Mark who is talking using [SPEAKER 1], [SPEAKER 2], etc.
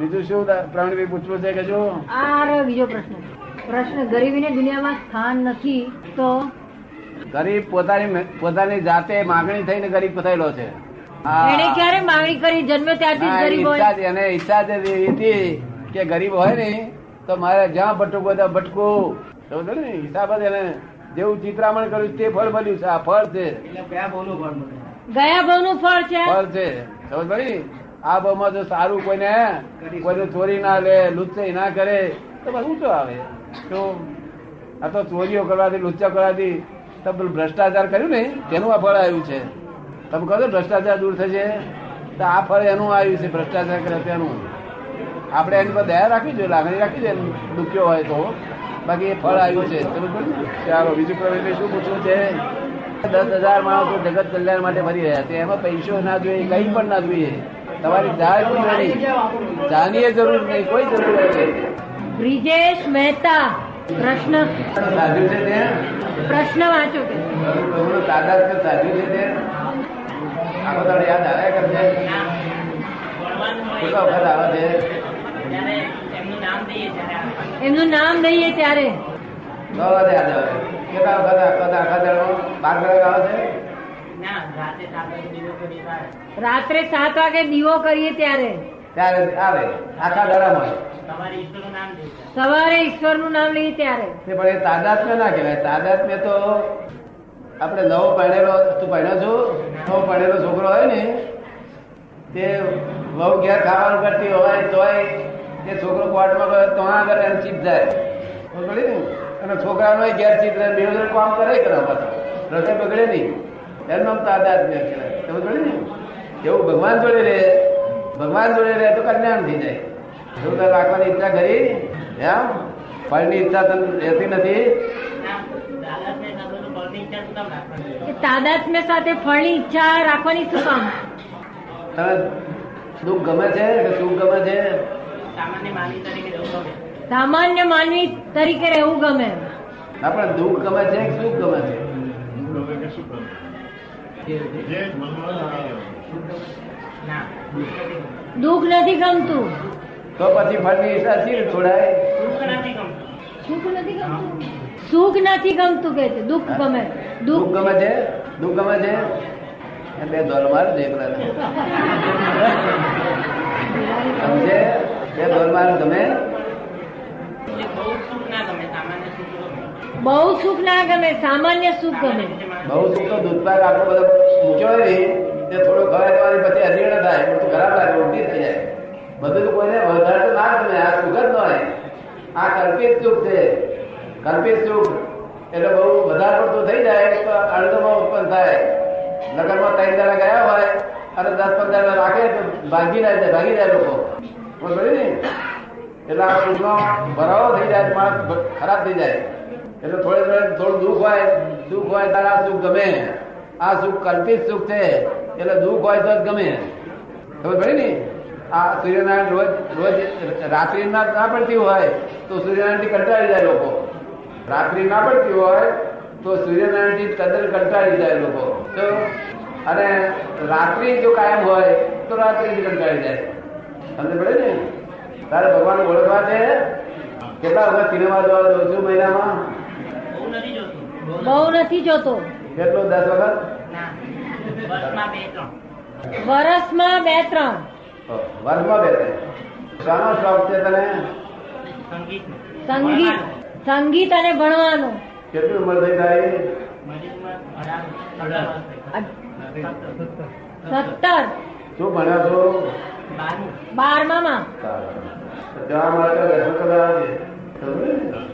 [SPEAKER 1] બીજું શું તા- પ્રવીણભાઈ પૂછવું છે કે જો
[SPEAKER 2] આ રહ્યો બીજો પ્રશ્ન પ્રશ્ન ગરીબીને દુનિયામાં સ્થાન નથી તો
[SPEAKER 1] ગરીબ પોતાની મે- પોતાની જાતે માગણી થઈને ગરીબ થયેલો છે હા.
[SPEAKER 2] એને ક્યારે માંગણી કરી જન્મે ત્યારથી
[SPEAKER 1] હા,
[SPEAKER 2] જ
[SPEAKER 1] એની
[SPEAKER 2] ગરીબ
[SPEAKER 1] ઈચ્છા જ-
[SPEAKER 2] હોય
[SPEAKER 1] એને ઈચ્છા જ એવી હતી કે ગરીબ હોય ને તો મારે જ્યાં ભટકવું હોય ત્યાં ભટકું સમજો ને હિસાબ જ એને જેવું ચિત્રામણ કર્યું તે ફળ મળ્યું છે આ ફળ છે
[SPEAKER 2] ગયા ભાવનું ફળ છે
[SPEAKER 1] ફળ છે સમજ પડી આ ભાવમાં જો સારું કોઈને કોઈને ચોરી ના લે લુચ્ચાઈ ના કરે તો બસ ઊંચો આવે તો આ તો ચોરીઓ કરવાથી લુચ્ચા કરવાથી તમે પેલું ભ્રષ્ટાચાર કર્યું ને તેનું આ ફળ આવ્યું છે તમે કહો છો ભ્રષ્ટાચાર દૂર થશે તો આ ફળ એનું આવ્યું છે ભ્રષ્ટાચાર કરે તેનું આપણે એની પર દયા રાખવી જોઈએ લાગણી રાખવી જોઈએ દુખ્યો હોય તો બાકી એ ફળ આવ્યું છે તમે કહો ને ચાલો બીજું પ્રવીણ શું પૂછવું છે દસ હજાર માણસો જગત કલ્યાણ માટે ફરી રહ્યા છે એમાં પૈસો ના જોઈએ કઈ પણ ના જોઈએ તમારી જાણ પણ નહીં જાનીએ જરૂર નહીં કોઈ જરૂર નથી
[SPEAKER 2] બ્રિજેશ મહેતા પ્રશ્ન
[SPEAKER 1] સાધ્યું છે તે
[SPEAKER 2] પ્રશ્ન વાંચો કે
[SPEAKER 1] પ્રભુનો દાદા વખત સાધ્યું છે તે આખો દાડો યાદ આવ્યા કરશે કેટલા વખત આવે છે
[SPEAKER 2] એમનું નામ લઈએ ત્યારે
[SPEAKER 1] દસ વખત યાદ આવે કેટલા વખત આખો દાડો- આખા દાડો બાર કલાક આવે છે
[SPEAKER 2] રાત્રે સાત વાગે દીવો કરીએ ત્યારે
[SPEAKER 1] ત્યારે આવે આખા દાડામાં
[SPEAKER 2] સવારે ઈશ્વરનું નામ લઈએ ત્યારે
[SPEAKER 1] તે પણ એ તાદાત્મ્ય ના કહેવાય તાદાત્મ્ય તો આપણે નવો પરણેલો તું પરણ્યો છો નવો પરણેલો છોકરો હોય ને તે વહુ ઘેર ખાવાનું કરતી હોય તોય તે છોકરો કોર્ટમાં ગયો તો આગળ એને ચીપ જાય ખબર પડી ને? અને છોકરાનો ઘેર ચીપ જાય બે વગર કામ કરે કરે પાછું રસોઈ બગડે નહીં એનું નામ તાદાત્મ્ય કહેવાય ખબર પડી ને એવું ભગવાન જોડે રહે ભગવાન જોડે રહે તો કલ્યાણ થઈ જાય એવું તારે રાખવાની ઈચ્છા કરી એમ ફળની ઈચ્છા તને રહેતી નથી
[SPEAKER 2] એ તાદાત્મ્ય સાથે ફળની ઈચ્છા રાખવાની શું કામ
[SPEAKER 1] તને દુઃખ ગમે છે કે સુખ ગમે છે
[SPEAKER 2] સામાન્ય માનવી તરીકે રહેવું ગમે
[SPEAKER 1] ના પણ દુઃખ ગમે છે કે સુખ ગમે છે
[SPEAKER 2] દુઃખ નથી ગમતું
[SPEAKER 1] તો પછી ફળની ઈચ્છા શી રીતે છોડાય
[SPEAKER 2] સુખ નથી ગમતું સુખ નથી ગમતું કે છે દુઃખ ગમે
[SPEAKER 1] દુઃખ
[SPEAKER 2] દુઃખ
[SPEAKER 1] ગમે છે દુઃખ ગમે છે એ બે દોલ માર દે પેલા સમજે બે દોલ માર ગમે
[SPEAKER 2] બહુ સુખ ના ગમે સામાન્ય સુખ ગમે
[SPEAKER 1] બહુ સુખ તો દૂધપાક આટલો બધો મૂક્યો હોય ને તે થોડો ખવાય તમારી પછી અજીર્ણ થાય બધું ખરાબ લાગે ઉલટી થઈ જાય બધું તો કોઈને વધારે તો ના ગમે આ સુખ જ ન હોય આ કલ્પિત સુખ છે કલ્પિત સુખ એટલે બહુ વધારે પડતું થઈ જાય તો અડધમાં ઉત્પન્ન થાય લગ્નમાં ત્રણ દાડા ગયા હોય અને દસ પંદર દાડા રાખે તો ભાગી જાય છે ભાગી જાય લોકો ખબર પડી ને એટલે આ સુખનો ભરાવો થઈ જાય તો માણસ ભ- ખરાબ થઈ જાય એટલે થોડે થોડે થોડું દુઃખ હોય દુઃખ હોય ત્યારે આ સુખ ગમે આ સુખ કલ્પિત સુખ છે એટલે દુઃખ હોય તો જ ગમે ખબર પડી ને આ સૂર્યનારાયણ રોજ રોજ રાત્રિ ના ના પડતી હોય તો સૂર્યનારાયણથી કંટાળી જાય લોકો રાત્રિ ના પડતી હોય તો સૂર્યનારાયણથી તદ્દન કંટાળી જાય લોકો તો અને રાત્રિ જો કાયમ હોય તો રાત્રિથી કંટાળી જાય સમજ પડે ને તારે ભગવાન ઓળખવા છે કેટલા વખત સિનેમા જોવા જઉં છું મહિનામાં
[SPEAKER 2] બહુ નથી જોતો
[SPEAKER 1] કેટલો દસ વખત
[SPEAKER 2] વરસમાં બે ત્રણ
[SPEAKER 1] વર્ગમાં બે ત્રણ. શાનો શોખ છે તને
[SPEAKER 2] સંગીત સંગીત અને ભણવાનું
[SPEAKER 1] કેટલી ઉંમર થઈ તારી
[SPEAKER 2] સત્તર
[SPEAKER 1] શું ભણ્યો છો
[SPEAKER 2] બારમામાં
[SPEAKER 1] જવા માટે દર્શન કરવા આવે છે. સમજ્યો ને?